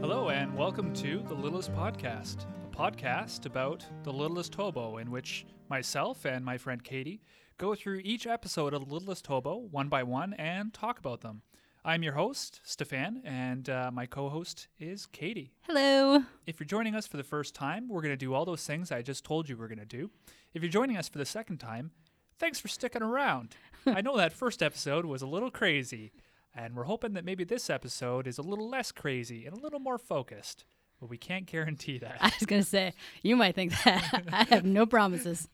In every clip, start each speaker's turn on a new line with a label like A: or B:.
A: Hello, and welcome to The Littlest Podcast, a podcast about The Littlest Hobo, in which myself and my friend Katie go through each episode of The Littlest Hobo one by one and talk about them. I'm your host, Stefan, and uh, my co host is Katie.
B: Hello.
A: If you're joining us for the first time, we're going to do all those things I just told you we're going to do. If you're joining us for the second time, thanks for sticking around. I know that first episode was a little crazy, and we're hoping that maybe this episode is a little less crazy and a little more focused, but we can't guarantee
B: I
A: that.
B: was going to say, you might think that. I have no promises.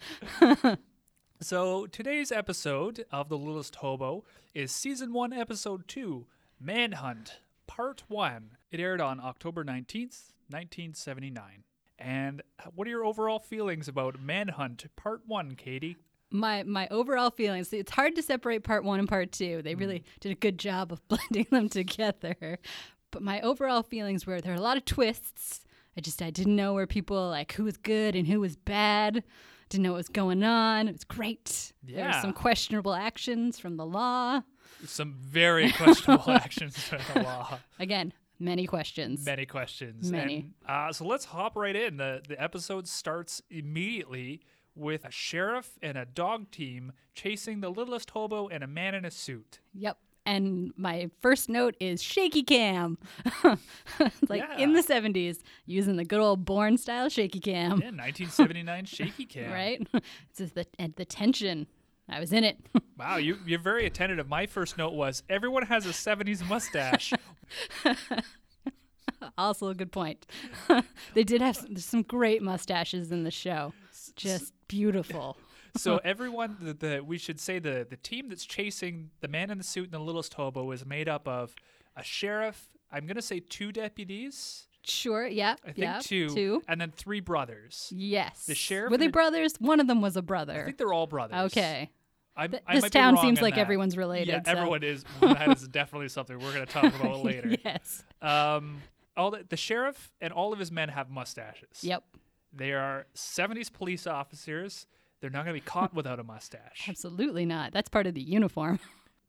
A: so, today's episode of The Littlest Hobo is Season 1, Episode 2 Manhunt, Part 1. It aired on October 19th, 1979. And what are your overall feelings about Manhunt Part 1, Katie?
B: My my overall feelings, it's hard to separate part 1 and part 2. They really did a good job of blending them together. But my overall feelings were there were a lot of twists. I just I didn't know where people like who was good and who was bad. Didn't know what was going on. It was great. There
A: Yeah.
B: were some questionable actions from the law.
A: Some very questionable actions by the law.
B: Again, many questions.
A: Many questions.
B: Many.
A: And, uh, so let's hop right in. The, the episode starts immediately with a sheriff and a dog team chasing the littlest hobo and a man in a suit.
B: Yep. And my first note is shaky cam. like in
A: Yeah.
B: the 70s, using the good old born style shaky cam,
A: Yeah, 1979 shaky cam.
B: right? It's just the, and the tension. I was in it.
A: Wow, you, you're very attentive. My first note was everyone has a 70s mustache.
B: also, a good point. they did have some, some great mustaches in the show. Just beautiful.
A: so everyone, the, the we should say the the team that's chasing the man in the suit and the littlest hobo is made up of a sheriff. I'm gonna say two deputies.
B: Sure. Yeah.
A: I think
B: yeah.
A: two, and then three brothers.
B: Yes.
A: The sheriff
B: Were
A: and
B: they
A: the-
B: brothers? One of them was a
A: I
B: brother.
A: think they're all brothers.
B: Okay.
A: I'm,
B: Th-
A: I
B: this
A: might be
B: town
A: wrong
B: seems
A: in
B: like
A: that.
B: everyone's related.
A: Yeah,
B: so-
A: everyone is. That is definitely something we're gonna talk about later.
B: yes.
A: Um, all the, the sheriff and all of his men have mustaches.
B: Yep.
A: They are 70s police officers. They're not gonna be caught without a mustache.
B: Absolutely not. That's part of the uniform.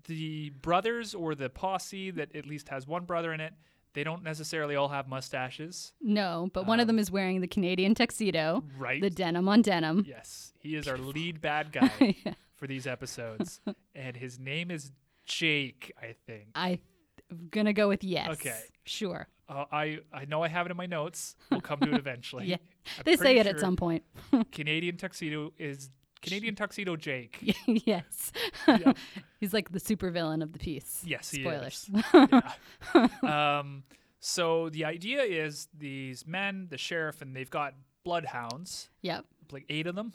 A: the brothers or the posse that at least has one brother in it, they don't necessarily all have mustaches.
B: No, but one of them is wearing the Canadian tuxedo,
A: Um, Right.
B: the denim on denim.
A: yes. He is our lead bad guy for these episodes. and his name is Jake, I think.
B: I'm going to go with yes.
A: Okay.
B: Sure.
A: Uh, I, I know I have it in my notes. We'll come to it eventually.
B: Yeah.
A: I'm
B: they
A: pretty
B: say it at
A: sure
B: some point.
A: Canadian tuxedo is Canadian tuxedo Jake.
B: yes.
A: Yep.
B: He's like the supervillain of the piece.
A: Yes, he
B: Spoilers.
A: is. Yeah. um, so the idea is these men, the sheriff, and they've got bloodhounds,
B: Yep.
A: like eight of them.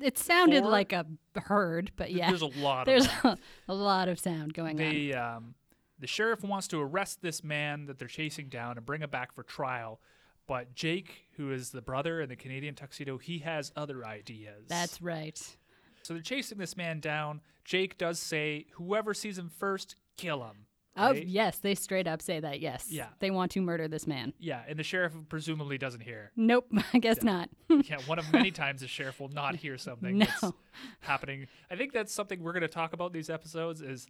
B: It sounded
A: Four-
B: like a herd, but
A: Th-
B: yeah.
A: There's a lot
B: There's
A: of them.
B: a, a lot of sound going on.
A: They, um, the sheriff wants to arrest this man that they're chasing down and bring him back for trial. But Jake, who is the brother in the Canadian tuxedo, he has other ideas.
B: That's right.
A: so they're chasing this man down. Jake does say, "Whoever sees him first, kill him."
B: Oh,
A: right?
B: yes. They straight up say that. Yes.
A: Yeah.
B: They want to murder this man.
A: yeah, and the sheriff presumably doesn't hear.
B: Nope. I guess not.
A: yeah, one of many times the sheriff will not hear something
B: No.
A: that's happening. I think that's something we're going to talk about in these episodes is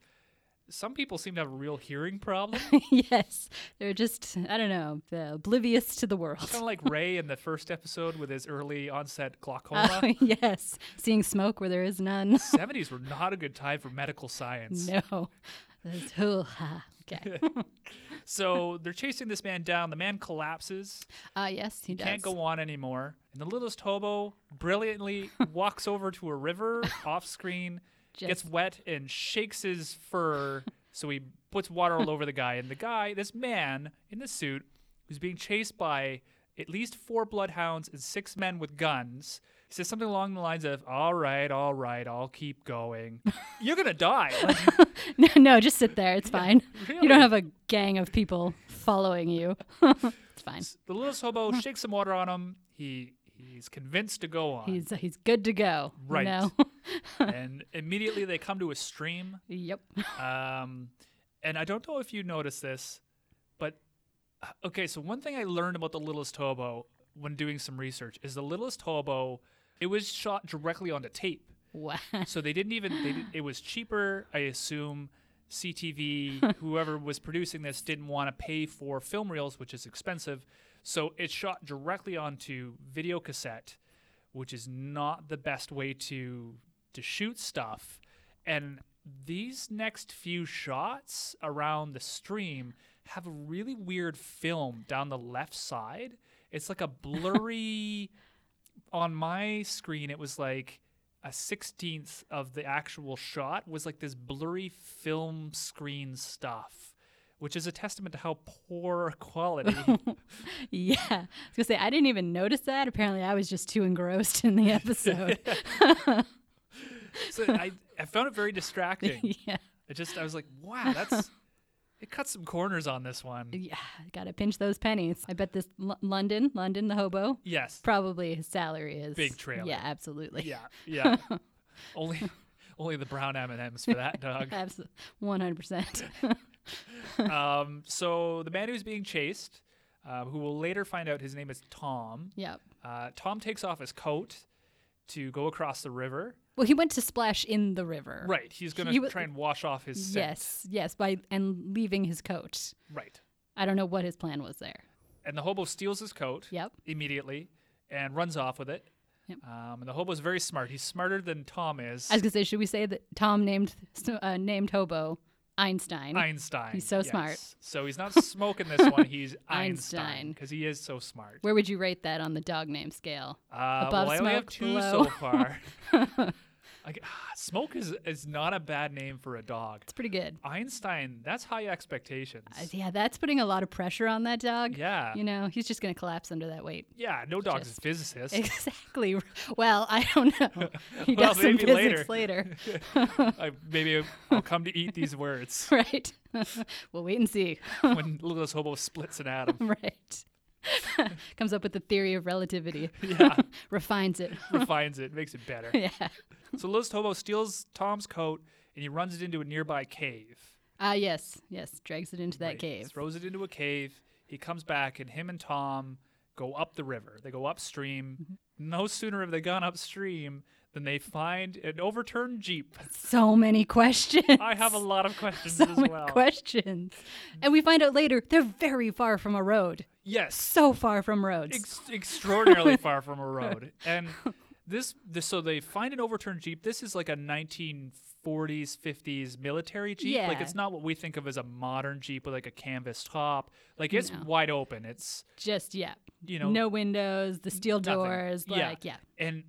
A: some people seem to have a real hearing problem, kind
B: yes. They're just, I don't know, uh, oblivious to the world.
A: of like Ray in the first episode with his early onset glaucoma.
B: Oh, yes. Seeing smoke where there is none.
A: 70s were not a good time for medical science.
B: no. That's- hoo, ha. Okay.
A: So they're chasing this man down. The man collapses,
B: Ah, yes, he does.
A: can't go on anymore. And the littlest hobo brilliantly walks over to a river off screen, gets
B: Just-
A: wet, and shakes his fur. So he puts water all over the guy. And the guy, this man in the suit, who's being chased by at least four bloodhounds and six men with guns, says something along the lines of, All right, all right, I'll keep going. You're going to die. Like,
B: No, no, just sit there. It's fine. You
A: really.
B: don't have a gang of people following you. it's fine.
A: The littlest hobo shakes some water on him. He he's convinced to go on,
B: He's he's good to go. you
A: Right.
B: know?
A: and immediately they come to a stream.
B: yep.
A: Um, and I don't know if you noticed this, but uh, okay. So one thing I learned about the littlest hobo when doing some research is the littlest hobo. It was shot directly onto tape,
B: What?
A: so they didn't even. They did, it was cheaper, I assume, CTV, whoever was producing this, didn't want to pay for film reels, which is expensive. So it shot directly onto video cassette, which is not the best way to to shoot stuff. And these next few shots around the stream have a really weird film down the left side. It's like a blurry. on my screen, it was like a sixteenth of the actual shot was like this blurry film screen stuff, which is a testament to how poor quality.
B: Yeah. I was gonna say I didn't even notice that. Apparently I was just too engrossed in the episode.
A: so I, I found it very distracting.
B: yeah.
A: It just I was like, wow, that's it cut some corners on this one.
B: Yeah. Gotta pinch those pennies. I bet this L- London, London the hobo,
A: Yes.
B: probably his salary is
A: Big trailer.
B: Yeah, absolutely.
A: Yeah. Yeah. only only the brown M and M's for that dog.
B: Absolutely. 100%.
A: Um, so the man who's being chased, uh, who will later find out his name is Tom.
B: yep.
A: Uh, Tom takes off his coat to go across the river.
B: Well, he went to splash in the river.
A: Right. He's going
B: He
A: to
B: wa-
A: try and wash off his scent.
B: Yes, yes, by and leaving his coat.
A: Right.
B: I don't know what his plan was there.
A: And the hobo steals his coat
B: Yep.
A: immediately and runs off with it.
B: Yep.
A: Um, and the hobo's very smart. He's smarter than Tom is.
B: I was gonna say, should we say that Tom named uh, named hobo Einstein?
A: Einstein.
B: He's so smart.
A: yes. So he's not smoking this one. He's Einstein
B: Einstein.
A: because he is so smart.
B: Where would you rate that on the dog name scale?
A: Uh,
B: Above
A: well, I only have
B: smoke,
A: two so
B: below.
A: far. I g- smoke is is not a bad name for a dog.
B: It's pretty good.
A: Einstein, that's high expectations.
B: Uh, yeah, that's putting a lot of pressure on that dog.
A: Yeah.
B: You know, he's just gonna collapse under that weight.
A: yeah, no dog's
B: just-
A: a physicist.
B: Exactly. Well, I don't know. He
A: Well,
B: does some
A: maybe
B: physics later.
A: I, maybe I'll come to eat these words
B: right. we'll wait and see.
A: when Littlest Hobo splits an atom.
B: right. Comes up with the theory of relativity.
A: Yeah,
B: Refines it.
A: refines it, makes it better.
B: yeah.
A: So Littlest Hobo steals Tom's coat and he runs it into a nearby cave.
B: Ah, yes, yes. Drags it into that
A: Right,
B: cave.
A: Throws it into a cave. He comes back, and him and Tom go up the river. They go upstream.
B: Mm-hmm.
A: No sooner have they gone upstream than they find an overturned jeep.
B: So many questions.
A: I have a lot of questions
B: so
A: as
B: many
A: well.
B: questions. And we find out later they're very far from a road.
A: yes,
B: So far from roads.
A: ex- extraordinarily far from a road. And this, this, so they find an overturned jeep. This is like a 1940s, 50s military jeep. Like
B: Yeah.
A: it's not what we think of as a modern jeep with like a canvas top. Like it's
B: No.
A: wide open. It's
B: Just yeah.
A: you know
B: no windows, the steel
A: Nothing.
B: doors,
A: Yeah.
B: like yeah.
A: and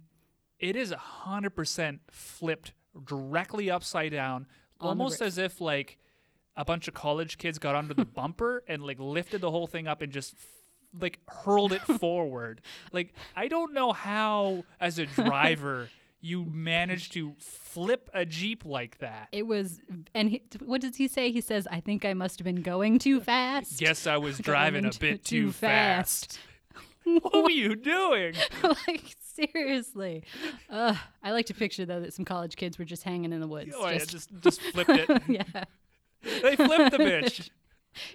A: it is a hundred percent flipped directly upside down,
B: On the
A: almost
B: roof.
A: as if like a bunch of college kids got under the bumper and like lifted the whole thing up and just like hurled it forward. Like I don't know how, as a driver, you manage to flip a jeep like that.
B: It was and he, what does he say? He says, I think I must have been going too fast.
A: Guess I was
B: Got
A: driving a
B: into-
A: bit
B: too
A: too fast. What were you doing?
B: like seriously. Ugh. I like to picture though that some college kids were just hanging in the woods.
A: Oh, I
B: just-
A: just just flipped it.
B: yeah.
A: They flipped the bitch.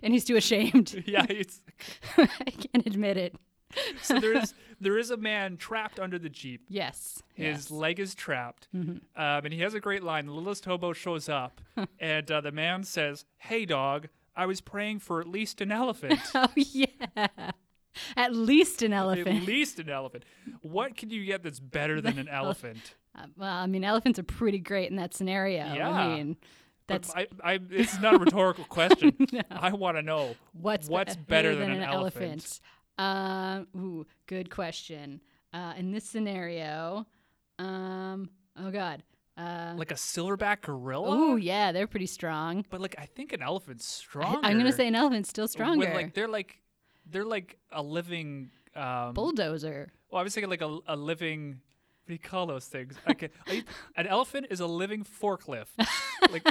B: And he's too ashamed.
A: Yeah, it's
B: I can't admit it.
A: so there is there is a man trapped under the jeep.
B: Yes.
A: His
B: yes. Mm-hmm.
A: leg is trapped, um, and he has a great line. The littlest hobo shows up, and uh, the man says, "Hey, dog, I was praying for at least an elephant.
B: Oh yeah. At least an
A: at
B: elephant.
A: least an elephant. What can you get that's better than an elephant?
B: Uh, well, I mean, elephants are pretty great in that scenario.
A: Yeah.
B: I mean,
A: But
B: that's
A: I, I, it's not a rhetorical question. I want to know
B: what's
A: what's
B: be-
A: better than an
B: elephant? Um, ooh, good question. Uh, in this scenario, um, oh god. Uh,
A: like a silverback gorilla.
B: oh yeah, they're pretty strong.
A: But like I think an elephant's
B: I,
A: stronger.
B: am gonna say an elephant's still stronger.
A: With, like they're like they're like a living um,
B: Bulldozer.
A: Well, I was thinking like a, a living. What do you call those things? Okay, an elephant is a living forklift. Like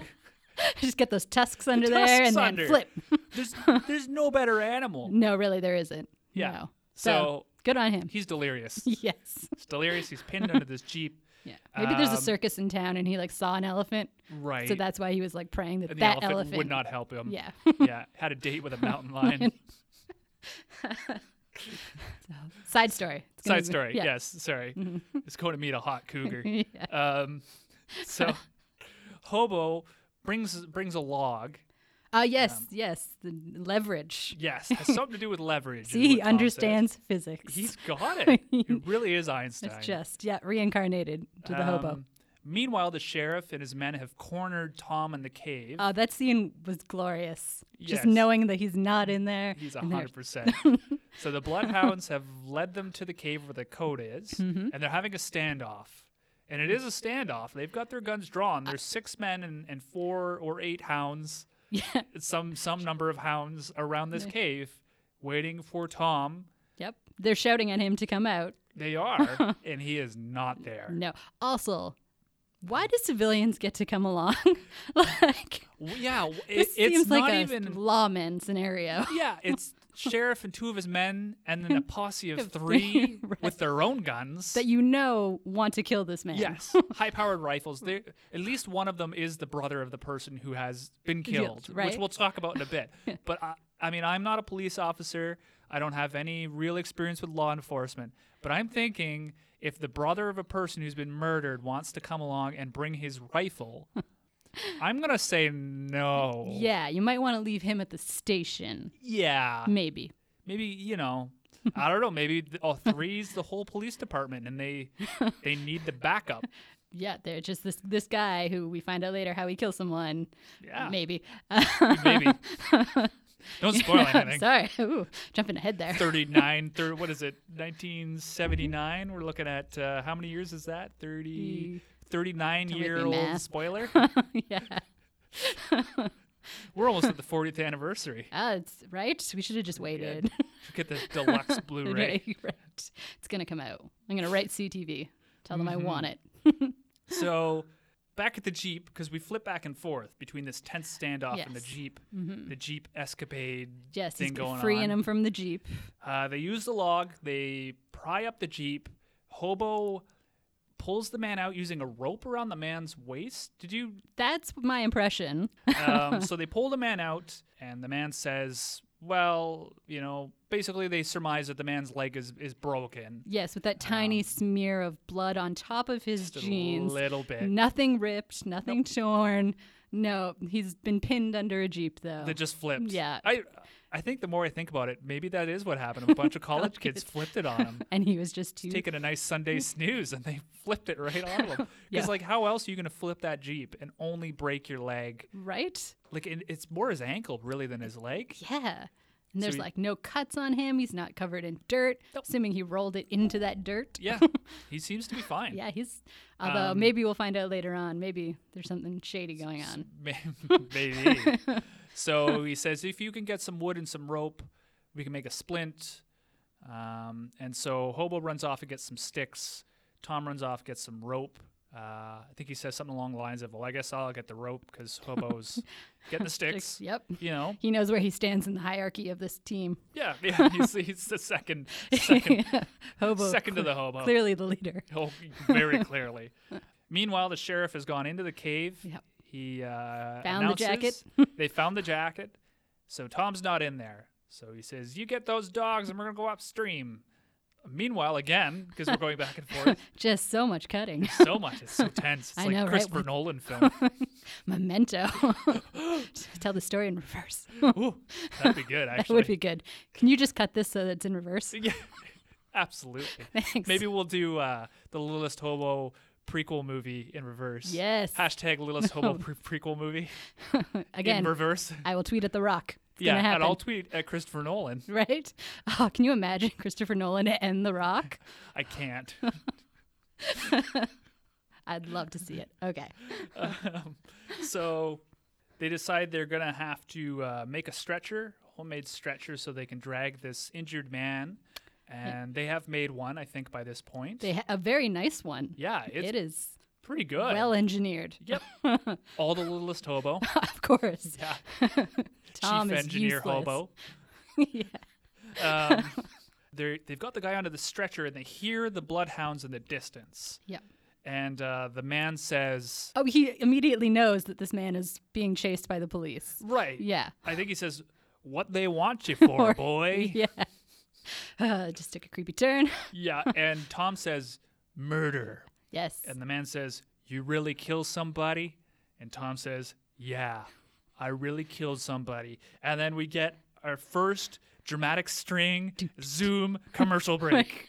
B: Just get those tusks under there
A: tusks
B: and
A: under.
B: then flip.
A: there's there's no better animal.
B: No, really, there isn't.
A: Yeah.
B: No.
A: So
B: good on him.
A: he's delirious.
B: yes.
A: He's delirious. He's pinned under this jeep.
B: Yeah. Maybe there's
A: Um,
B: a circus in town and he like saw an elephant.
A: Right.
B: So that's why he was like praying that
A: and the
B: that
A: elephant,
B: elephant,
A: would not help him.
B: Yeah.
A: Yeah. Had a date with a mountain lion.
B: Side story. It's gonna
A: Side
B: be-
A: story.
B: yeah. Mm-hmm.
A: Yes. Sorry. It's going to meet a hot cougar.
B: Yeah.
A: Um, so Um, Hobo brings brings a log.
B: Ah, yes,
A: Um,
B: yes, the leverage.
A: Yes, has something to do with leverage. is
B: See, he
A: what Tom says.
B: understands physics.
A: He's got it. it really is Einstein.
B: it's just yeah, reincarnated to the hobo.
A: Um, Meanwhile, the sheriff and his men have cornered Tom in the cave.
B: Oh, that scene was glorious.
A: Yes.
B: Just knowing that he's not in there.
A: He's
B: and they're-
A: hundred percent. So the bloodhounds have led them to the cave where the coat is,
B: Mm-hmm.
A: and they're having a standoff. And it is a standoff. They've got their guns drawn. There's
B: Uh,
A: six men and, and four or eight hounds,
B: Yeah.
A: some some number of hounds around this cave, waiting for Tom.
B: Yep. They're shouting at him to come out.
A: They are, and he is not there.
B: No. Also, why do civilians get to come along? like
A: W- Yeah, w- it,
B: this
A: it's
B: seems
A: not
B: like a
A: even.
B: lawman scenario.
A: Yeah, it's sheriff and two of his men, and then a posse of three with their own guns.
B: That you know want to kill this man.
A: Yes, high-powered rifles. They at least one of them is the brother of the person who has been killed, which
B: right?
A: we'll talk about in a bit. but I, I mean, I'm not a police officer. I don't have any real experience with law enforcement. But I'm thinking if the brother of a person who's been murdered wants to come along and bring his rifle, I'm gonna say no.
B: Yeah, you might want to leave him at the station.
A: Yeah.
B: Maybe.
A: Maybe you know. I don't know. Maybe th- oh, three's the whole police department, and they they need the backup.
B: Yeah, they're just this this guy who we find out later how he kills someone.
A: Yeah.
B: Maybe.
A: Maybe. Don't spoil anything.
B: Sorry. Ooh, jumping ahead there.
A: 39, thir- what is it, 1979? We're looking at uh, how many years is that? 30, 39
B: Don't make me
A: year old
B: math.
A: spoiler.
B: yeah.
A: We're almost at the 40th anniversary.
B: Ah, it's right. We should have just waited.
A: Get the deluxe Blu ray.
B: right. It's gonna come out. I'm gonna write CTV. Tell them I
A: Mm-hmm.
B: want it.
A: So back at the Jeep, because we flip back and forth between this tense standoff and the
B: Yes. Mm-hmm.
A: Jeep, the Jeep escapade
B: Yes,
A: thing
B: he's
A: going
B: freeing
A: on.
B: him from the jeep.
A: Uh, they use the log. They pry up the jeep. Hobo pulls the man out using a rope around the man's waist. Did you?
B: That's my impression.
A: Um, so they pull the man out, and the man says, "Well, you know, basically they surmise that the man's leg is is broken,
B: Yes, with that tiny smear of blood on top of his
A: just
B: jeans.
A: a little bit.
B: Nothing ripped. Nothing torn. No, he's been pinned under a jeep though.
A: That just flipped.
B: Yeah.
A: I I think the more I think about it, maybe that is what happened. A bunch of college kids flipped it on him."
B: and he was just too.
A: taking a nice Sunday snooze and they flipped it right on him. Because
B: Yeah.
A: like, how else are you gonna flip that jeep and only break your leg?
B: right?
A: Like, it, it's more his ankle really than his leg.
B: Yeah. And there's
A: he-
B: like no cuts on him. He's not covered in dirt. Assuming he rolled it into that dirt.
A: Yeah, he seems to be fine.
B: Yeah, he's. Although
A: Um,
B: maybe we'll find out later on. Maybe there's something shady going on.
A: May- Maybe. so he says, if you can get some wood and some rope, we can make a splint. Um, and so Hobo runs off and gets some sticks. Tom runs off, gets some rope. Uh, I think he says something along the lines of, "Well, I guess I'll get the rope because Hobo's getting the sticks."
B: Yep.
A: You know,
B: He knows where he stands in the hierarchy of this team.
A: Yeah, yeah, he's, he's the second, second,
B: Hobo,
A: second to the hobo.
B: clearly the leader.
A: Oh, very clearly. Meanwhile, the sheriff has gone into the cave.
B: Yep.
A: He uh,
B: Found the
A: announces- they found the jacket. So Tom's not in there. So he says, "You get those dogs, and we're gonna go upstream." Meanwhile, again, because we're going back and forth,
B: Just so much cutting.
A: so much. It's so tense. It's
B: I
A: like
B: know, right?
A: Christopher Nolan film.
B: Memento. Just Tell the story in reverse.
A: Ooh, that'd be good.
B: that
A: Actually,
B: would be good. Can you just cut this so that it's in reverse?
A: Yeah, absolutely.
B: Thanks.
A: Maybe we'll do uh, the Littlest Hobo prequel movie in reverse.
B: Yes.
A: Hashtag Littlest Hobo pre- prequel movie in
B: Again,
A: reverse.
B: I will tweet at The Rock. It's
A: yeah,
B: gonna happen.
A: and I'll tweet at Christopher Nolan.
B: Right? Oh, can you imagine Christopher Nolan and The Rock?
A: I can't.
B: I'd love to see it. Okay.
A: so they decide they're going to have to uh, make a stretcher, homemade stretcher, so they can drag this injured man. And they have made one, I think, by this point.
B: They ha- a very nice one.
A: yeah, it's
B: it is
A: pretty good.
B: well engineered.
A: yep. All the Littlest Hobo.
B: of course.
A: Yeah.
B: Tom
A: Chief
B: is
A: Engineer
B: useless.
A: Hobo.
B: yeah.
A: um, they're- they've got the guy onto the stretcher and they hear the bloodhounds in the distance.
B: Yeah.
A: And uh, the man says,
B: Oh, he immediately knows that this man is being chased by the police.
A: Right.
B: Yeah.
A: I think he says, What they want you for, boy.
B: Yeah. Uh, just took a creepy turn.
A: Yeah. And Tom says, Murder.
B: Yes.
A: And the man says, You really kill somebody? And Tom says, yeah, I really killed somebody. And then we get our first dramatic string Zoom commercial break.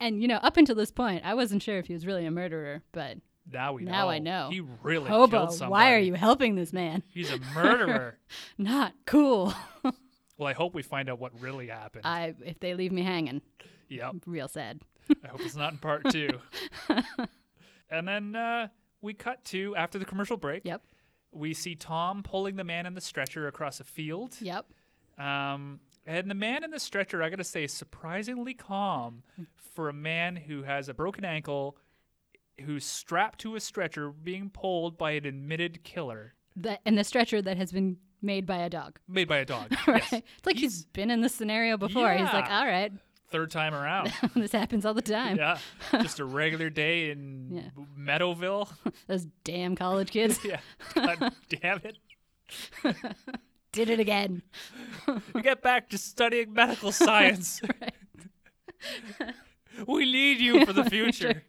B: And you know, up until this point, I wasn't sure if he was really a murderer, but
A: Now we
B: Now
A: know.
B: I know.
A: He really
B: Hobo,
A: killed somebody.
B: why are you helping this man?
A: He's a murderer.
B: Not cool.
A: well, I hope we find out what really happened.
B: I if they leave me hanging,
A: yep.
B: real sad.
A: I hope it's not in part two. and then uh, we cut to after the commercial break.
B: Yep.
A: We see Tom pulling the man in the stretcher across a field.
B: Yep.
A: Um, and the man in the stretcher, I gotta say, is surprisingly calm
B: Hmm.
A: for a man who has a broken ankle, who's strapped to a stretcher, being pulled by an admitted killer
B: That and the stretcher that has been made by a dog.
A: made by a dog.
B: Right?
A: Yes.
B: It's like he's been in this scenario before. He's like,
A: Yeah.
B: all right,
A: Third time around.
B: this happens all the time.
A: yeah. Just a regular day in
B: Yeah.
A: Meadowville.
B: Those damn college kids
A: yeah. God damn it.
B: did it again.
A: We get back to studying medical science. we need you for the future.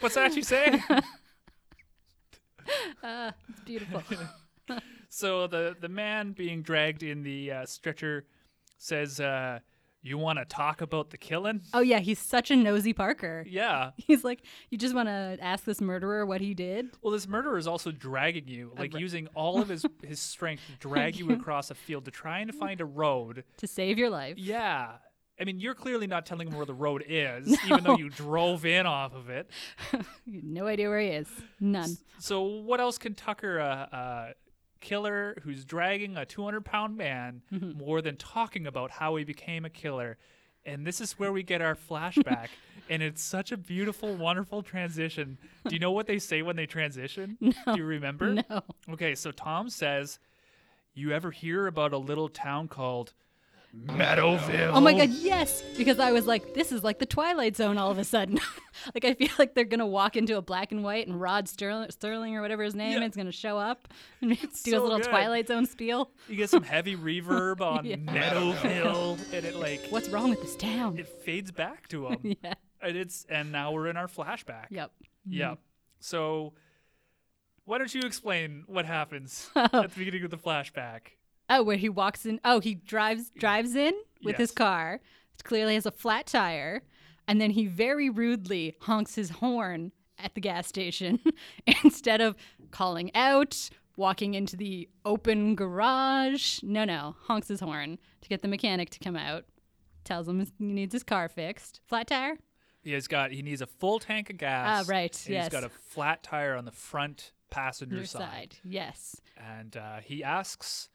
A: What's that you say?
B: It's beautiful.
A: So the the man being dragged in the uh, stretcher says, uh, "You want to talk about the killing?"
B: oh yeah, he's such a nosy Parker.
A: Yeah.
B: He's like, you just want to ask this murderer what he did.
A: Well, this murderer is also dragging you, like using all of his his strength to drag you across a field to try and find a road.
B: to save your life.
A: Yeah. I mean, you're clearly not telling him where the road is, even though you drove in off of it.
B: You have no idea where he is. None.
A: So what else can Tucker, a uh, killer who's dragging a 200 pound man,
B: Mm-hmm.
A: more than talking about how he became a killer? And this is where we get our flashback, and it's such a beautiful, wonderful transition. Do you know what they say when they transition? Do you remember?
B: No.
A: Okay, so Tom says, "You ever hear about a little town called Meadowville?"
B: Oh my god, yes! Because I was like, this is like the Twilight Zone all of a sudden. like I feel like they're gonna walk into a black and white and Rod Sterling, Sterling or whatever his name
A: Yeah.
B: is gonna show up and do
A: so
B: his little
A: good.
B: Twilight Zone spiel.
A: You get some heavy reverb on Meadowville, and it like
B: What's wrong with this town?
A: it fades back to him.
B: yeah.
A: And it's and now we're in our flashback.
B: Yep. Mm-hmm.
A: Yeah. So why don't you explain what happens at the beginning of the flashback?
B: Oh, where he walks in. Oh, he drives drives in with his
A: Yes.
B: car. It clearly has a flat tire, and then he very rudely honks his horn at the gas station instead of calling out, walking into the open garage. No, no, honks his horn to get the mechanic to come out. Tells him he needs his car fixed. Flat tire.
A: He's got he needs a full tank of gas.
B: Ah, right,
A: and
B: yes.
A: He's got a flat tire on the front passenger
B: Your
A: side.
B: side. Yes.
A: And uh, he asks,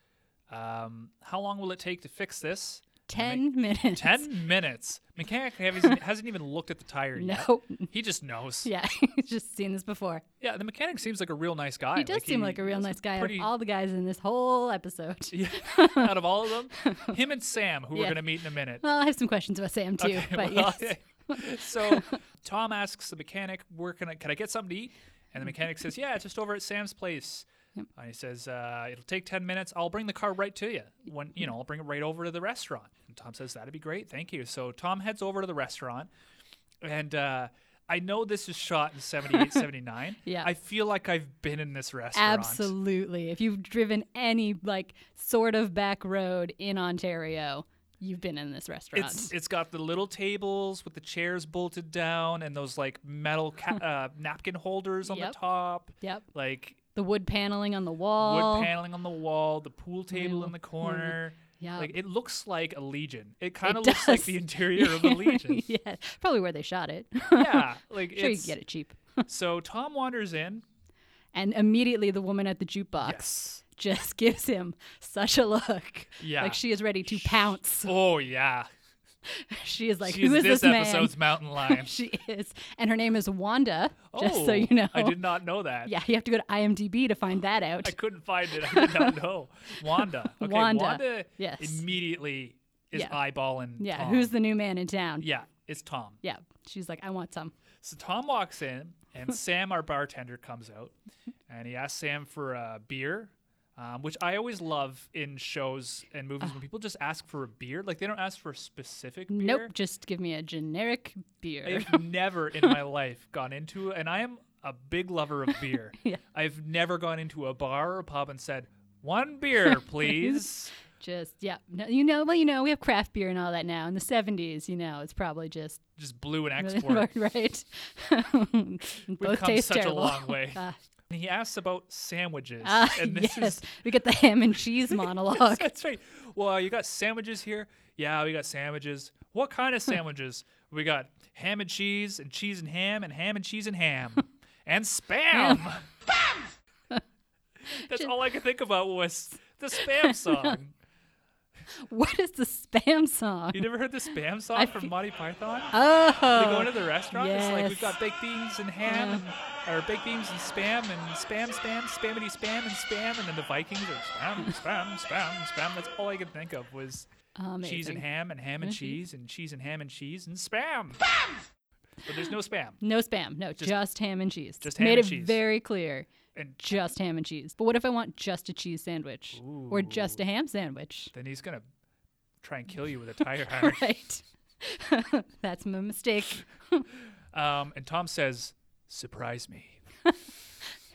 A: um, how long will it take to fix this?
B: Ten minutes.
A: Ten minutes. Mechanic hasn't hasn't even looked at the tire yet.
B: No.
A: He just knows.
B: Yeah, he's just seen this before.
A: Yeah, the mechanic seems like a real nice guy.
B: He does seem like a real
A: he's
B: nice guy
A: pretty-
B: of all the guys in this whole episode.
A: Yeah, out of all of them, him and Sam, who we're
B: Yeah.
A: going to meet in a minute.
B: Well, I have some questions about Sam too,
A: Okay,
B: but
A: well,
B: yes.
A: okay. so Tom asks the mechanic, "Where can I can I get something to eat?" And the mechanic says, "Yeah, it's just over at Sam's place." And he says, uh, "It'll take ten minutes. I'll bring the car right to you. When you know, I'll bring it right over to the restaurant." And Tom says, "That'd be great. Thank you." So Tom heads over to the restaurant, and uh, I know this is shot in 78, 79.
B: Yeah.
A: I feel like I've been in this restaurant.
B: Absolutely. If you've driven any like sort of back road in Ontario, you've been in this restaurant.
A: It's it's got the little tables with the chairs bolted down and those like metal ca- uh, napkin holders on
B: Yep.
A: the top.
B: yep.
A: Like
B: The wood paneling on the wall.
A: wood paneling on the wall, the pool table in
B: Little-
A: the corner.
B: Yeah.
A: Like it looks like a legion. It kind of
B: It
A: looks like
B: does.
A: the interior of a legion.
B: yeah. Probably where they shot it.
A: yeah, like
B: sure you
A: it's,
B: can get it cheap.
A: So Tom wanders in.
B: And immediately the woman at the jukebox
A: Yes.
B: just gives him such a look.
A: Yeah.
B: Like she is ready to pounce.
A: Oh yeah,
B: She is like,
A: she's
B: who is
A: this,
B: this, man?
A: episode's mountain lion.
B: she is. And her name is Wanda, just
A: oh,
B: so you know.
A: I did not know that.
B: Yeah, you have to go to IMDb to find that out.
A: I couldn't find it. I did not know. Wanda. Okay, Wanda,
B: Wanda. Yes.
A: immediately is
B: Yeah.
A: eyeballing.
B: yeah,
A: Tom.
B: who's the new man in town?
A: Yeah, it's Tom.
B: Yeah, she's like, I want some.
A: So Tom walks in, and Sam, our bartender, comes out, and he asks Sam for a beer, um, which I always love in shows and movies
B: Ah.
A: when people just ask for a beer. Like they don't ask for a specific beer.
B: Nope, just give me a generic beer.
A: I've never in my life gone into, and I am a big lover of beer.
B: Yeah.
A: I've never gone into a bar or a pub and said, one beer, please.
B: just yeah, no, you know, well, you know, we have craft beer and all that now. In the '70s, you know, it's probably just
A: just blew an
B: really
A: export.
B: hard, right. We've
A: We've come such a long way. And he asks about sandwiches. and this
B: Ah. yes,
A: is
B: we get the ham and cheese monologue.
A: that's right. Well, you got sandwiches here? Yeah, we got sandwiches. What kind of sandwiches? we got ham and cheese and cheese and ham and ham and cheese and ham. and spam. that's all I could think about was the spam song.
B: what is the spam song?
A: You never heard the spam song
B: I
A: from
B: fe-
A: Monty Python?
B: Oh,
A: they go into the restaurant. It's like we've
B: yes. Mm.
A: got baked beans and ham, and, or baked beans and spam and spam, spam, spamity spam and spam, and then the Vikings are spam, spam, spam, spam. That's all I could think of was cheese
B: Amazing. Mm-hmm.
A: and ham and ham and cheese and cheese and ham and cheese and spam. But there's no spam.
B: No spam. No, just, ham and cheese.
A: just
B: Made
A: ham and
B: it
A: cheese.
B: very clear.
A: And-
B: just ham and cheese. But what if I want just a cheese sandwich or just a ham sandwich?
A: Then he's gonna try and kill you with a tire iron.
B: Right. That's my mistake.
A: Um, and Tom says, "Surprise me,"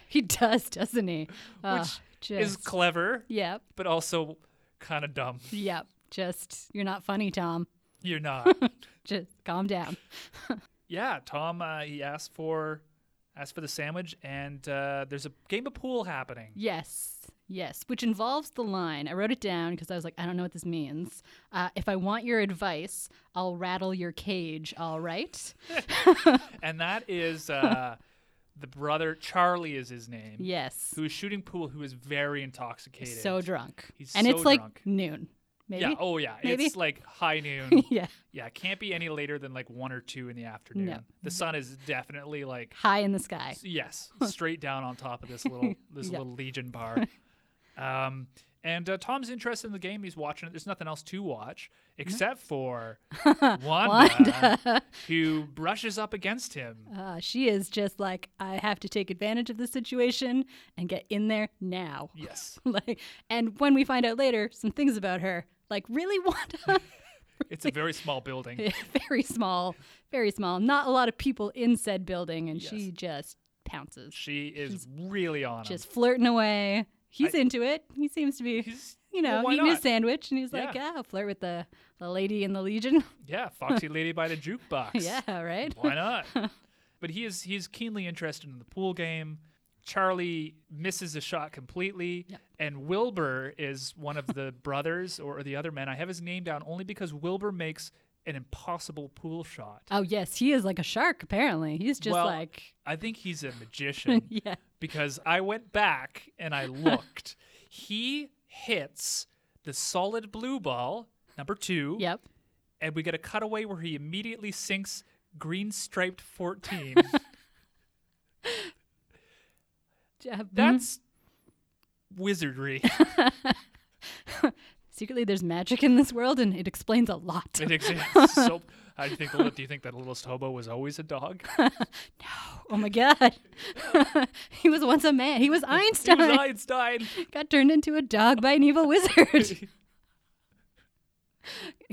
B: He does, doesn't he?
A: which
B: Ugh,
A: is
B: just-
A: clever,
B: Yep.
A: but also kind of dumb.
B: Yep. Just you're not funny, Tom.
A: You're not.
B: Just calm down.
A: yeah, Tom uh, he asked for asked for the sandwich, and uh, there's a game of pool happening.
B: Yes. Yes, which involves the line. I wrote it down because I was like, I don't know what this means. Uh, if I want your advice, I'll rattle your cage, all right?
A: and that is uh, the brother Charlie is his name,
B: Yes.
A: who is shooting pool, who is very intoxicated.
B: So drunk.
A: He's
B: and
A: so
B: it's like
A: drunk.
B: noon, maybe?
A: Yeah. Oh yeah.
B: Maybe?
A: It's like high noon.
B: yeah.
A: yeah. Can't be any later than like one or two in the afternoon.
B: No.
A: The sun is definitely like
B: High in the sky.
A: S- Yes, straight down on top of this little this
B: Yeah.
A: little Legion bar. Um, and uh, Tom's interested in the game. He's watching it. There's nothing else to watch except for Wanda, who brushes up against him.
B: Uh, she is just like, I have to take advantage of this situation and get in there now.
A: Yes,
B: like, and when we find out later some things about her, like really Wanda,
A: it's a very small building.
B: very small, very small, not a lot of people in said building, and she
A: Yes.
B: just pounces,
A: She is really on him.
B: just flirting away. He's into it. He seems to be,
A: He's-
B: you know,
A: well, why
B: eating his
A: not?
B: sandwich, and he's like,
A: Yeah.
B: yeah, I'll flirt with the the lady in the Legion.
A: Yeah, foxy lady by the jukebox.
B: yeah, right.
A: Why not? but he is he's keenly interested in the pool game. Charlie misses a shot completely, and Wilbur is one of the brothers or the other men. I have his name down only because Wilbur makes an impossible pool shot.
B: Oh yes, he is like a shark. Apparently, he's just
A: Well,
B: like,
A: I think he's a magician
B: yeah,
A: because I went back and I looked. he hits the solid blue ball, number two,
B: yep.
A: and we get a cutaway where he immediately sinks green striped 14.
B: Uh, mhm.
A: That's wizardry.
B: hmm. Secretly, there's magic in this world, and it explains a lot.
A: It exists. So, I think. the- Do you think that little Stobo was always a dog?
B: Oh my god, he was once a man. He was
A: He
B: Einstein.
A: was Einstein.
B: Got turned into a dog by an evil wizard.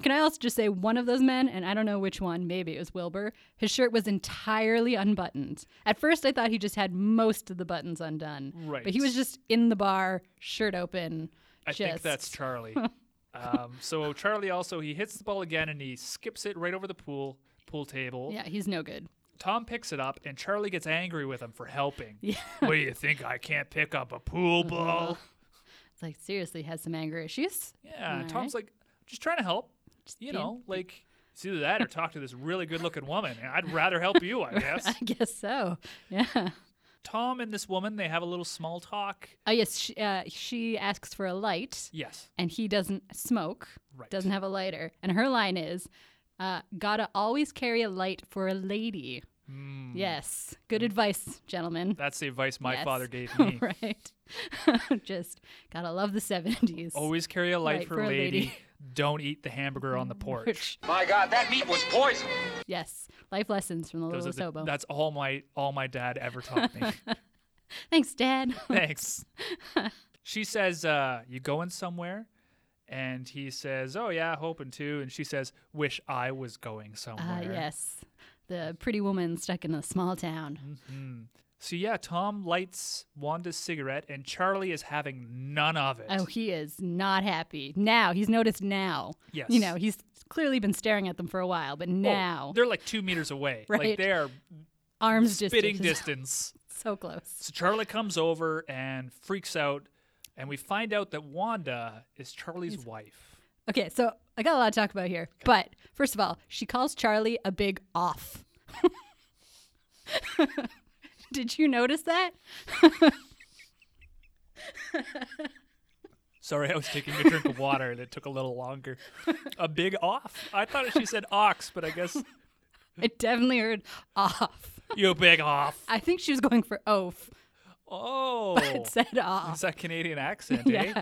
B: Can I also just say one of those men, and I don't know which one. Maybe it was Wilbur. His shirt was entirely unbuttoned. At first, I thought he just had most of the buttons undone, But he
A: Right.
B: was just in the bar, shirt open.
A: I think
B: just-
A: that's Charlie. Um, so Charlie also he hits the ball again and he skips it right over the pool pool table.
B: yeah. He's no good.
A: Tom picks it up and Charlie gets angry with him for helping. What do you think? I can't pick up a pool ball.
B: It's like seriously has some anger issues.
A: Yeah,
B: All
A: Tom's like just trying to help. you
B: being-
A: know, like it's either that or talk to this really good looking woman. And I'd rather help you, I guess.
B: I guess so. Yeah.
A: Tom and this woman, they have a little small talk.
B: Oh yes, she, uh, she asks for a light,
A: Yes.
B: and he doesn't smoke.
A: Right.
B: Doesn't have a lighter, and her line is, uh, "Gotta always carry a light for a lady." Yes, good advice, gentlemen.
A: That's the advice Hmm. my
B: Yes.
A: father gave me.
B: right. Just gotta love the seventies.
A: Always carry a light
B: Right,
A: for,
B: for
A: a
B: a
A: lady.
B: lady. Mm,
A: Don't eat the hamburger on the porch.
C: My God, that meat was poison.
B: Yes, life lessons from the
A: Those
B: little
A: are the-
B: Sobo.
A: that's all my all my dad ever taught me.
B: Thanks, Dad.
A: Thanks. she says, uh, "You going somewhere?" And he says, "Oh yeah, hoping to." And she says, "Wish I was going
B: Ah,
A: somewhere."
B: yes. The pretty woman stuck in a small town.
A: Mm. So yeah, Tom lights Wanda's cigarette, and Charlie is having none of it.
B: Oh, he is not happy. Now, he's noticed now.
A: Yes.
B: You know, he's clearly been staring at them for a while, but
A: Oh,
B: now,
A: they're like two meters away.
B: Right.
A: Like they're
B: arms
A: spitting
B: distance.
A: distance.
B: so close.
A: So Charlie comes over and freaks out, and we find out that Wanda is Charlie's wife.
B: Okay, so I got a lot to talk about here. But first of all, she calls Charlie a big off. Did you notice that?
A: Sorry, I was taking a drink of water and it took a little longer. A big off. I thought she said ox, but I guess
B: I definitely heard off.
A: you big off.
B: I think she was going for oaf,
A: Oh,
B: but said
A: it's
B: off.
A: that Canadian accent, eh?
B: Yeah.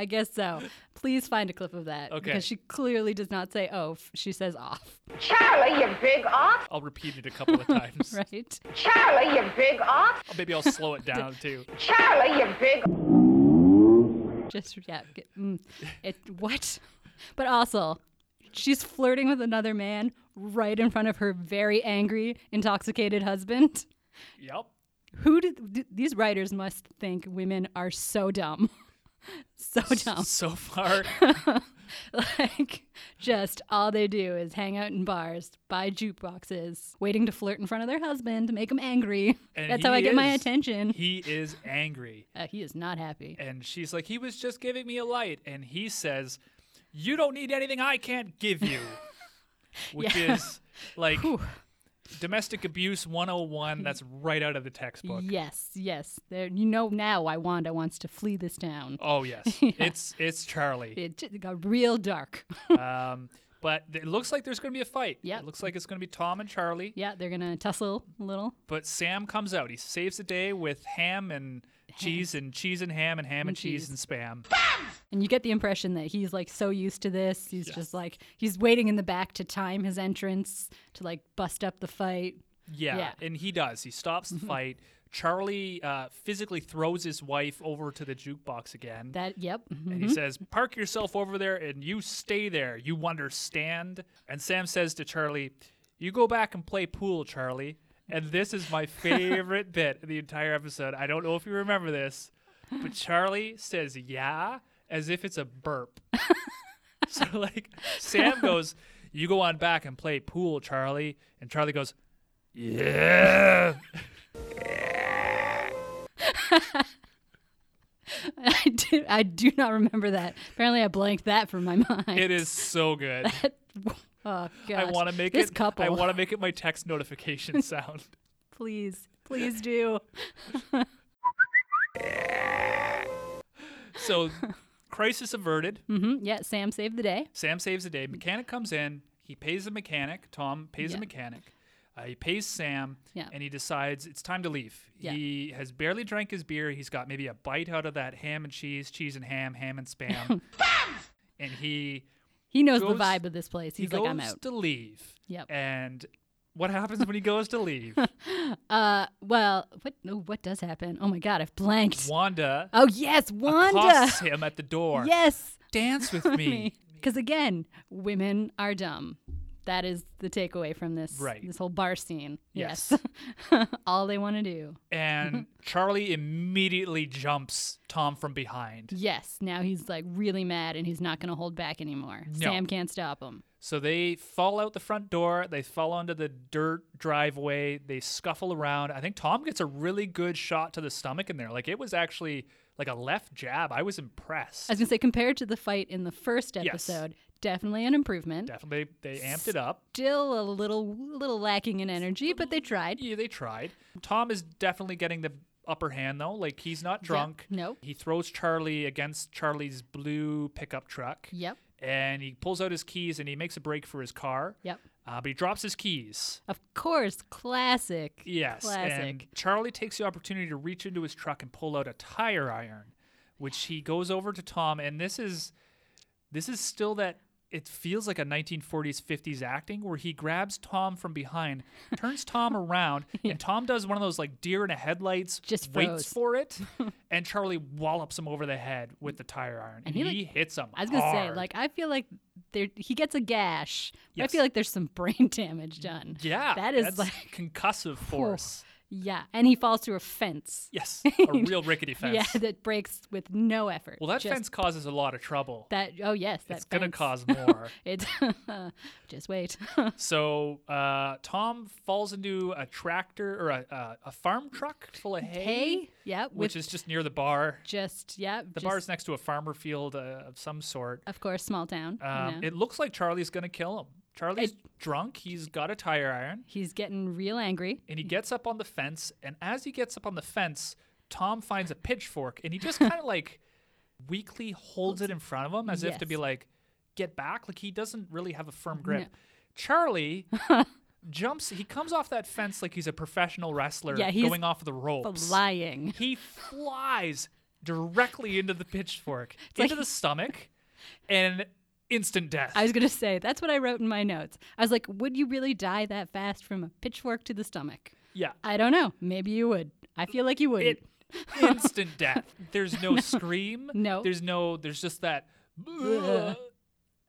B: I guess so. Please find a clip of that
A: Okay.
B: because she clearly does not say oaf. She says off,
D: Charlie, you big off.
A: I'll repeat it a couple of times.
B: right?
D: Charlie, you big off.
A: Maybe I'll slow it down too.
D: Charlie, you big
B: Just yeah. get- mm, it what? But also, she's flirting with another man right in front of her very angry, intoxicated husband.
A: Yep.
B: Who did th- these writers must think women are so dumb? so dumb.
A: So far,
B: like just all they do is hang out in bars, buy jukeboxes, waiting to flirt in front of their husband, make him angry.
A: And
B: That's how I
A: he
B: get my
A: is.
B: attention.
A: he is angry.
B: Uh, he is not happy.
A: And she's like, he was just giving me a light. And he says, You don't need anything I can't give you. Which
B: Yeah.
A: is like domestic abuse 101. That's right out of the textbook.
B: Yes, yes. There, you know now why Wanda wants to flee this town.
A: Oh, yes. It's it's Charlie.
B: It j- got real dark.
A: Um, but it looks like there's going to be a fight.
B: Yep.
A: It looks like it's going to be Tom and Charlie.
B: yeah, they're gonna tussle a little.
A: But Sam comes out. He saves the day with ham and cheese and cheese and ham and ham and, cheese and spam.
B: And you get the impression that he's like so used to this. He's just like he's waiting in the back to time his entrance to like bust up the fight.
A: Yeah,
B: Yeah.
A: and he does. He stops the fight. Charlie uh, physically throws his wife over to the jukebox again.
B: That yep. mm-hmm.
A: and he says, Park yourself over there and you stay there. You understand? And Sam says to Charlie, You go back and play pool, Charlie. And this is my favorite bit of the entire episode. I don't know if you remember this, but Charlie says, Yeah, as if it's a burp. so, like, Sam goes, You go on back and play pool, Charlie. And Charlie goes, Yeah.
B: I do, I do not remember that. Apparently, I blanked that from my mind.
A: It is so good.
B: oh gosh.
A: I want to make
B: this
A: it.
B: couple.
A: I want to make it my text notification sound.
B: please, please do.
A: So, crisis averted.
B: hmm Yeah, Sam saved the day.
A: Sam saves the day. Mechanic comes in. He pays the mechanic. Tom pays
B: Yeah.
A: the mechanic. Uh, he pays Sam,
B: Yeah.
A: and he decides it's time to leave.
B: Yeah.
A: He has barely drank his beer. He's got maybe a bite out of that ham and cheese, cheese and ham, ham and spam. and he
B: He knows
A: Goes-
B: the vibe of this place.
A: he
B: He's
A: goes
B: like, I'm out.
A: to leave.
B: Yep.
A: And what happens when he goes to leave?
B: Uh, well, what? No, what does happen? Oh my God, I've blanked.
A: Wanda
B: Oh yes, Wanda.
A: accosts him at the door.
B: Yes,
A: Dance with me.
B: because again, women are dumb. That is the takeaway from this
A: Right.
B: this whole bar scene.
A: Yes.
B: all they want to do.
A: and
B: Mm-hmm.
A: Charlie immediately jumps Tom from behind.
B: Yes, now he's like really mad and he's not going to hold back anymore.
A: No.
B: Sam can't stop him.
A: So they fall out the front door, they fall onto the dirt driveway, they scuffle around. I think Tom gets a really good shot to the stomach in there. Like it was actually like a left jab. I was impressed.
B: I was going to say, compared to the fight in the first
A: Yes.
B: episode, definitely an improvement.
A: Definitely they amped it up.
B: Still a little little lacking in energy, but they tried.
A: Yeah, they tried. Tom is definitely getting the upper hand though. Like he's not drunk.
B: no.
A: He throws Charlie against Charlie's blue pickup truck.
B: Yep,
A: And he pulls out his keys and he makes a break for his car.
B: yep.
A: Uh, but he drops his keys.
B: Of course, classic.
A: Yes. And
B: Classic.
A: Charlie takes the opportunity to reach into his truck and pull out a tire iron, which he goes over to Tom. And this is this is still that it feels like a 1940s 50s acting where he grabs Tom from behind, turns Tom around, and Tom does one of those like deer in a headlights,
B: Just
A: waits
B: froze.
A: for it, and Charlie wallops him over the head with the tire iron. And
B: he,
A: he,
B: like-
A: hits him.
B: I was gonna say,
A: hard.
B: like, I feel like there he gets a gash. but I
A: Yes.
B: feel like there's some brain damage done.
A: yeah,
B: that is
A: that's
B: like-
A: concussive force.
B: Yeah, and he falls through a fence.
A: Yes, a real rickety fence.
B: Yeah, that breaks with no effort.
A: well, that
B: Just
A: fence causes a lot of trouble.
B: That oh yes, that
A: it's going to
B: fence.
A: cause more.
B: It's just wait.
A: so uh, Tom falls into a tractor or a, a, a farm truck full of hay,
B: hey, yeah,
A: which
B: with
A: is just near the bar.
B: just yeah,
A: The bar's next to a farmer field uh, of some sort.
B: of course small town. you
A: Um,
B: know.
A: It looks like Charlie's going to kill him. Charlie's drunk. He's got a tire iron.
B: He's getting real angry.
A: and he gets up on the fence and as he gets up on the fence tom finds a pitchfork and he just kind of like weakly holds it in front of him as if to be
B: Yes.
A: like get back like he doesn't really have a firm grip charlie jumps he comes off that fence like he's a professional wrestler
B: Yeah, he's
A: going off the ropes
B: Lying.
A: he flies directly into the pitchfork into
B: like-
A: the stomach and instant death
B: I was gonna say that's what I wrote in my notes. I was like, would you really die that fast from a pitchfork to the stomach?
A: yeah
B: I don't know. Maybe you would. I feel like you wouldn't.
A: it instant death. There's no, scream.
B: No.
A: There's no. There's just that.
B: Ugh.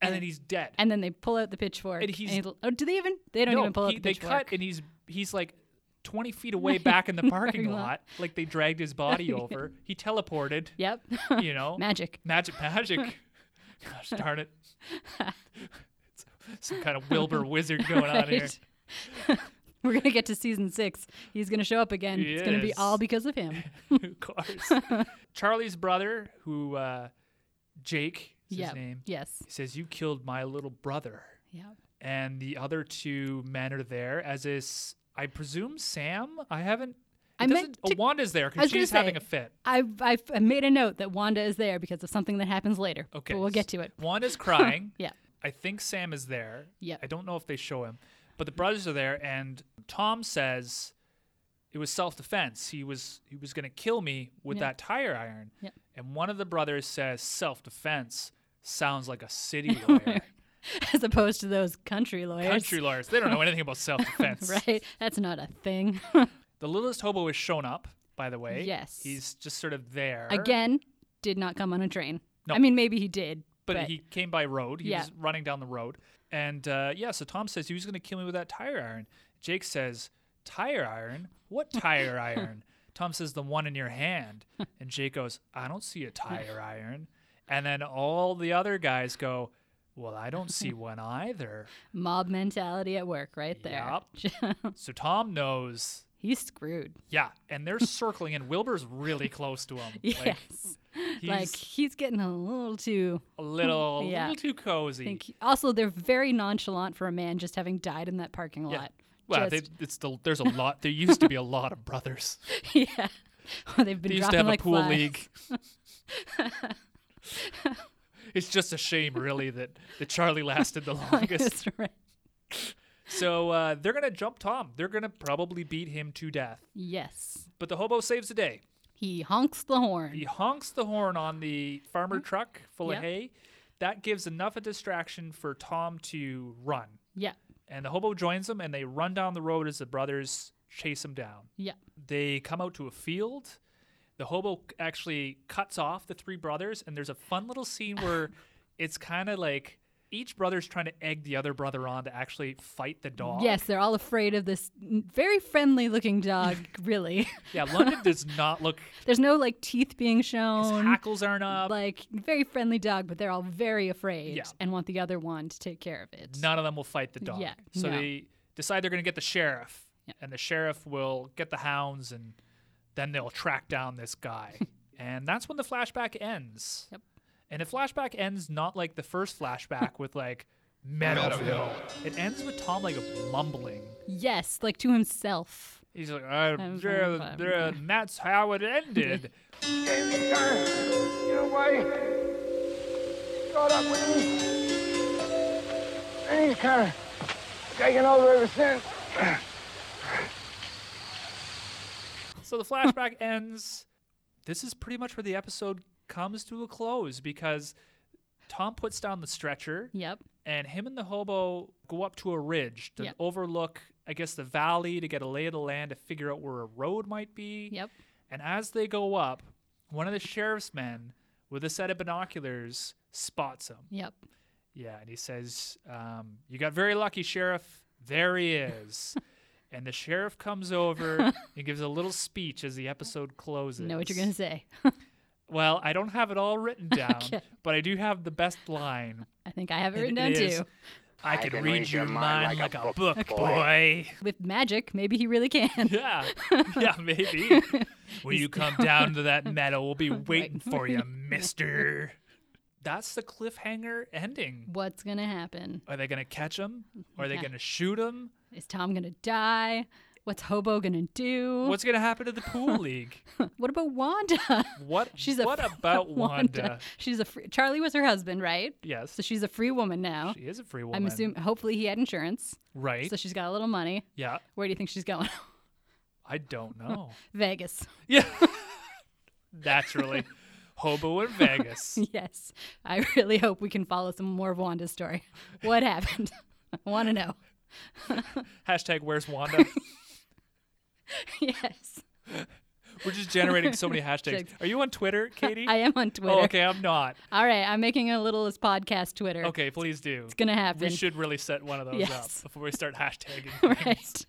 A: And then he's dead.
B: and then they pull out the pitchfork.
A: And
B: And
A: he's-
B: he's, oh, do they even? They don't
A: no,
B: even pull
A: he-
B: out the
A: they
B: pitchfork.
A: cut, and he's he's like. 20 feet away back in the parking
B: Parking lot.
A: lot, like they dragged his body over. He teleported,
B: Yep.
A: you know?
B: Magic.
A: Magic, magic. Gosh darn it. It's some kind of Wilbur wizard going on here.
B: Right. We're gonna get to season six. He's gonna show up again.
A: He
B: it's gonna be
A: is.
B: all because of him.
A: of course. Charlie's brother, who, uh, Jake is
B: Yeah.
A: his name,
B: Yes.
A: he says, You killed my little brother.
B: Yeah.
A: and the other two men are there, as is I presume Sam. I haven't. It
B: I meant
A: doesn't- oh,
B: to-
A: Wanda's there
B: I
A: because
B: was gonna
A: she's having
B: say-
A: a fit.
B: I I I made a note that Wanda is there because of something that happens later.
A: Okay,
B: But we'll get
A: so
B: to it.
A: Wanda's crying.
B: Yeah.
A: I think Sam is there.
B: Yeah.
A: I don't know if they show him, but the brothers are there, and Tom says it was self-defense. He was he was gonna kill me with
B: Yeah.
A: that tire iron.
B: Yeah.
A: And one of the brothers says self-defense sounds like a city lawyer,
B: As opposed to those country lawyers.
A: country lawyers. They don't know anything about self-defense.
B: Right. That's not a thing.
A: The littlest hobo is shown up, by the way.
B: Yes.
A: He's just sort of there.
B: Again, did not come on a train.
A: No.
B: I mean, maybe he did.
A: But, he came by road. He
B: Yeah.
A: was running down the road. And uh, yeah, so Tom says he was going to kill me with that tire iron. Jake says, Tire iron? What tire iron? Tom says, The one in your hand. And Jake goes, I don't see a tire iron. And then all the other guys go, Well, I don't see one either.
B: mob mentality at work right there.
A: So Tom knows.
B: He's screwed.
A: Yeah. And they're circling, and Wilbur's really close to him.
B: Yes. Like, he's getting a little too
A: a little,
B: Yeah.
A: little too cozy.
B: think also they're very nonchalant for a man just having died in that parking
A: Yeah.
B: lot.
A: Well,
B: Just-
A: they, it's the, there's a lot. There used to be a lot of brothers.
B: yeah. They've been
A: They used to
B: dropping
A: have
B: like
A: a pool
B: flies.
A: league. it's just a shame, really, that, that Charlie lasted the longest.
B: That's right.
A: so uh, they're gonna jump Tom. They're gonna probably beat him to death.
B: Yes.
A: But the hobo saves the day.
B: He honks the horn.
A: He honks the horn on the
B: Mm-hmm.
A: farmer truck full
B: Yep.
A: of hay. That gives enough a distraction for Tom to run.
B: Yeah.
A: And the hobo joins them, and they run down the road as the brothers chase him down.
B: Yeah.
A: they come out to a field. The hobo c- actually cuts off the three brothers, and there's a fun little scene where it's kind of like each brother's trying to egg the other brother on to actually fight the dog.
B: Yes, they're all afraid of this n- very friendly looking dog, really.
A: Yeah, London does not look.
B: There's no like teeth being
A: His
B: shown.
A: hackles aren't up.
B: Like very friendly dog, but they're all very afraid
A: Yeah.
B: and want the other one to take care of it.
A: None of them will fight the dog.
B: Yeah,
A: so
B: no.
A: they decide they're going to get the sheriff, and the sheriff will get the hounds, and then they'll track down this guy. and that's when the flashback ends.
B: Yep.
A: And the flashback ends not like the first flashback with like Meadowville. It ends with Tom like mumbling.
B: Yes, like to himself.
A: He's like, uh,
B: I'm
A: there-
B: fine,
A: there- and that's how it ended.
E: Get away! Caught up with me. And he's kind of taken over ever since.
A: So the flashback ends. This is pretty much where the episode comes to a close because Tom puts down the stretcher,
B: Yep.
A: and him and the hobo go up to a ridge to
B: Yep.
A: overlook, I guess, the valley to get a lay of the land to figure out where a road might be.
B: Yep.
A: And as they go up, one of the sheriff's men with a set of binoculars spots him.
B: Yep.
A: Yeah, and he says, um, "You got very lucky, sheriff. There he is." and the sheriff comes over and gives a little speech as the episode closes.
B: Know what you're gonna say.
A: Well, I don't have it all written down,
B: Okay.
A: but I do have the best line.
B: I think I have it written
A: it
B: down
A: is-
B: too.
A: I, can, read, your mind like, a book, boy.
B: With magic, maybe he really can.
A: Yeah, yeah, maybe. when you come down to that meadow, we'll be waiting for you, mister. That's the cliffhanger ending.
B: What's gonna happen?
A: Are they going to catch him? Are they
B: Yeah.
A: going to shoot him?
B: Is Tom gonna die? What's Hobo gonna do?
A: What's going to happen to the pool league?
B: what about Wanda?
A: What,
B: She's a
A: what about Wanda?
B: She's a free, Charlie was her husband, right?
A: Yes.
B: So she's a free woman now.
A: she is a free woman.
B: I'm assuming. Hopefully, he had insurance,
A: Right.
B: so she's got a little money.
A: yeah.
B: Where do you think she's going?
A: I don't know.
B: Vegas.
A: yeah. Naturally. Hobo in Vegas.
B: Yes. I really hope we can follow some more of Wanda's story. What happened? I want to know.
A: Hashtag where's Wanda?
B: Yes.
A: We're just generating so many hashtags.
B: Hashtags.
A: Are you on Twitter, Katie?
B: I am on Twitter.
A: Oh, okay. I'm not.
B: All right. I'm making a little podcast Twitter.
A: Okay, please do.
B: It's going to happen.
A: We should really set one of those
B: Yes.
A: up before we start hashtagging.
B: right.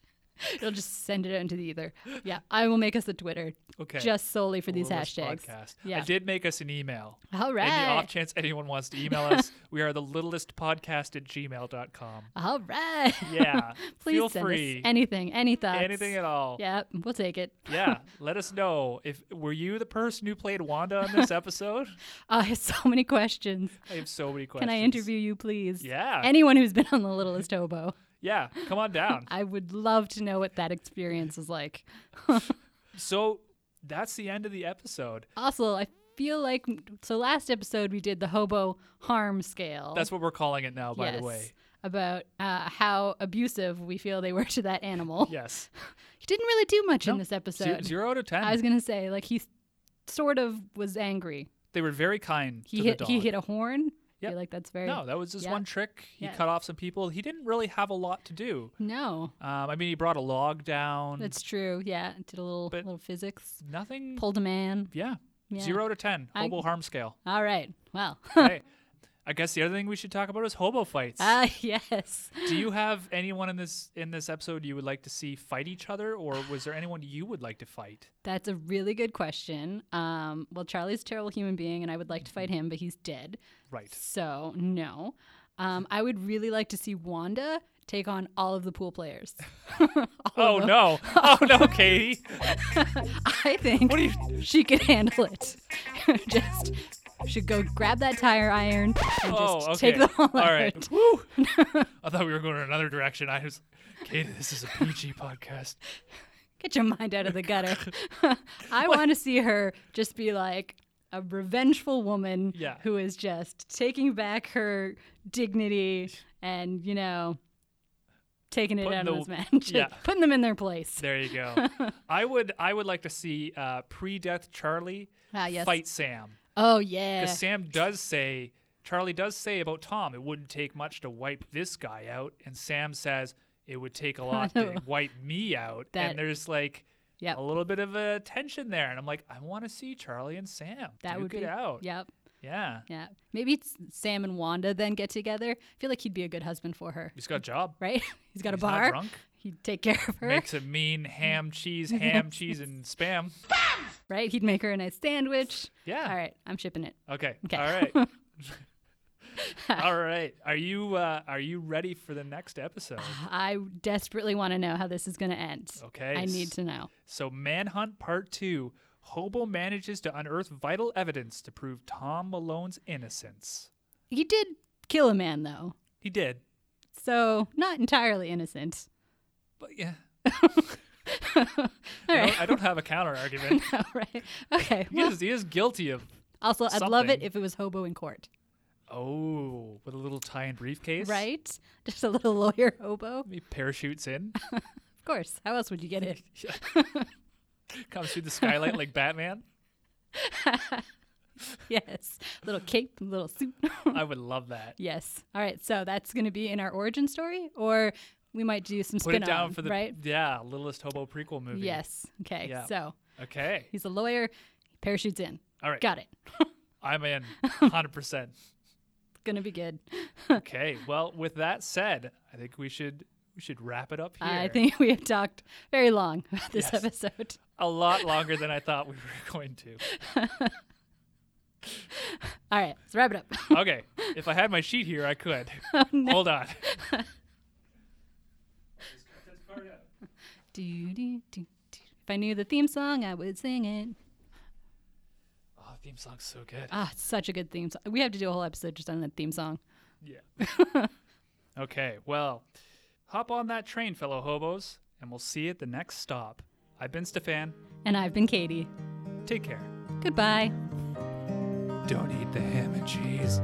B: It'll just send it out into the ether. Yeah. I will make us a Twitter
A: Okay.
B: just solely for these
A: Ruleless
B: hashtags.
A: Podcast.
B: Yeah.
A: I did make us an email.
B: All
A: In the off
B: right.
A: chance anyone wants to email us, we are the littlest podcast at gmail.com.
B: All right.
A: Yeah.
B: Please
A: Feel
B: send
A: free.
B: us anything, any thoughts.
A: Anything at all.
B: Yeah, we'll take it.
A: yeah let us know if were you the person who played wanda on this episode
B: Oh, I have so many questions.
A: i have so many
B: Can
A: questions
B: I interview you, please?
A: Yeah.
B: Anyone who's been on The Littlest Hobo.
A: yeah come on down
B: I would love to know what that experience is like.
A: so that's the end of the episode
B: Also, I feel like so last episode we did the hobo harm scale.
A: that's what we're calling it now by
B: Yes.
A: the way
B: About uh, how abusive we feel they were to that animal.
A: yes
B: He didn't really do much in
A: No,
B: this
A: Ze-
B: episode.
A: zero out of ten
B: I was gonna say like he s- sort of was angry.
A: they were very kind
B: He
A: to
B: hit
A: the dog
B: he hit a horn. I
A: Yep.
B: feel like that's very
A: no that was just
B: Yeah.
A: one trick he
B: Yeah.
A: cut off some people he didn't really have a lot to do
B: No,
A: um, i mean he brought a log down
B: that's true. Yeah, did a little
A: But-
B: little physics.
A: nothing
B: Pulled a man.
A: yeah.
B: Yeah.
A: zero to ten
B: I-
A: hobo harm scale
B: All right. Well.
A: okay i guess the other thing we should talk about is hobo fights
B: Ah yes.
A: Do you have anyone in this in this episode you would like to see fight each other, or was there anyone you would like to fight?
B: That's a really good question. Um, well, Charlie's a terrible human being, and I would like to fight him, but he's dead.
A: Right.
B: So, no. Um, I would really like to see Wanda take on all of the pool players.
A: Oh no! Oh no, Katie!
B: I think
A: What are you-
B: she could handle it. just should go grab that tire iron and
A: Oh,
B: just
A: okay.
B: take them all, out.
A: right. Woo! I thought we were going in another direction. I was, Katie, this is a PG podcast.
B: Get your mind out of the gutter. I want to see her just be like a revengeful woman
A: Yeah.
B: who is just taking back her dignity and, you know, taking it
A: Putting
B: out
A: the-
B: of those men. Just
A: yeah.
B: Putting them in their place.
A: There you go. I would I would like to see uh, pre-death Charlie
B: Ah, yes.
A: fight Sam
B: Oh, yeah.
A: because Sam does say Charlie does say about Tom it wouldn't take much to wipe this guy out, and Sam says it would take a lot to wipe me out,
B: That-
A: and there's like.
B: Yep.
A: a little bit of a tension there, and I'm like, I want to see Charlie and Sam
B: That
A: duke
B: would
A: it
B: be
A: out.
B: Yep.
A: yeah,
B: Yeah. Maybe it's Sam and Wanda then get together. I feel like he'd be a good husband for her,
A: he's got a job.
B: right? He's got a
A: He's not
B: bar.
A: drunk.
B: He'd take care of her,
A: Makes a mean ham cheese, ham cheese, and spam.
B: right? He'd make her a nice sandwich.
A: Yeah.
B: All right. I'm shipping it.
A: Okay.
B: Okay.
A: All right. All right. Are you uh, are you ready for the next episode?
B: I desperately want to know how this is going to end.
A: Okay.
B: I need to know.
A: So Manhunt Part Two. Hobo manages to unearth vital evidence to prove Tom Malone's innocence.
B: He did kill a man, though.
A: He did.
B: So, not entirely innocent.
A: But yeah.
B: All
A: I
B: right.
A: don't- I don't have a counter argument.
B: All right. Okay.
A: He
B: Well,
A: is, he is guilty of
B: also, I'd love it
A: something.
B: if it was hobo in court,
A: Oh, with a little tie-in briefcase,
B: right? Just a little lawyer hobo. Of
A: He parachutes in,
B: course. How else would you get it?
A: comes through the skylight like Batman.
B: yes. Little cape, little suit.
A: I would love that.
B: yes. All right. So that's going to be in our origin story, or we might do some
A: Put
B: spin
A: it down
B: on,
A: for the
B: right.
A: yeah, Littlest Hobo prequel movie.
B: Yes. Okay.
A: Yeah.
B: So
A: Okay.
B: he's a lawyer. He parachutes in.
A: All right.
B: Got it.
A: I'm in 100%.
B: It's going to be good.
A: okay. Well, with that said, I think we should we should wrap it up here.
B: I think we have talked very long about this
A: Yes.
B: episode.
A: a lot longer than I thought we were going to.
B: All right. Let's wrap it up.
A: Okay. If I had my sheet here, I could.
B: Oh,
A: Hold on.
B: do, do, do, do. If I knew the theme song, I would sing it.
A: Oh, theme song's so good.
B: Ah, it's such a good theme song. We have to do a whole episode just on that theme song.
A: Yeah. okay, well, hop on that train, fellow hobos, and we'll see you at the next stop. I've been Stefan.
B: And I've been Katie.
A: Take care.
B: Goodbye.
A: Don't eat the ham and cheese.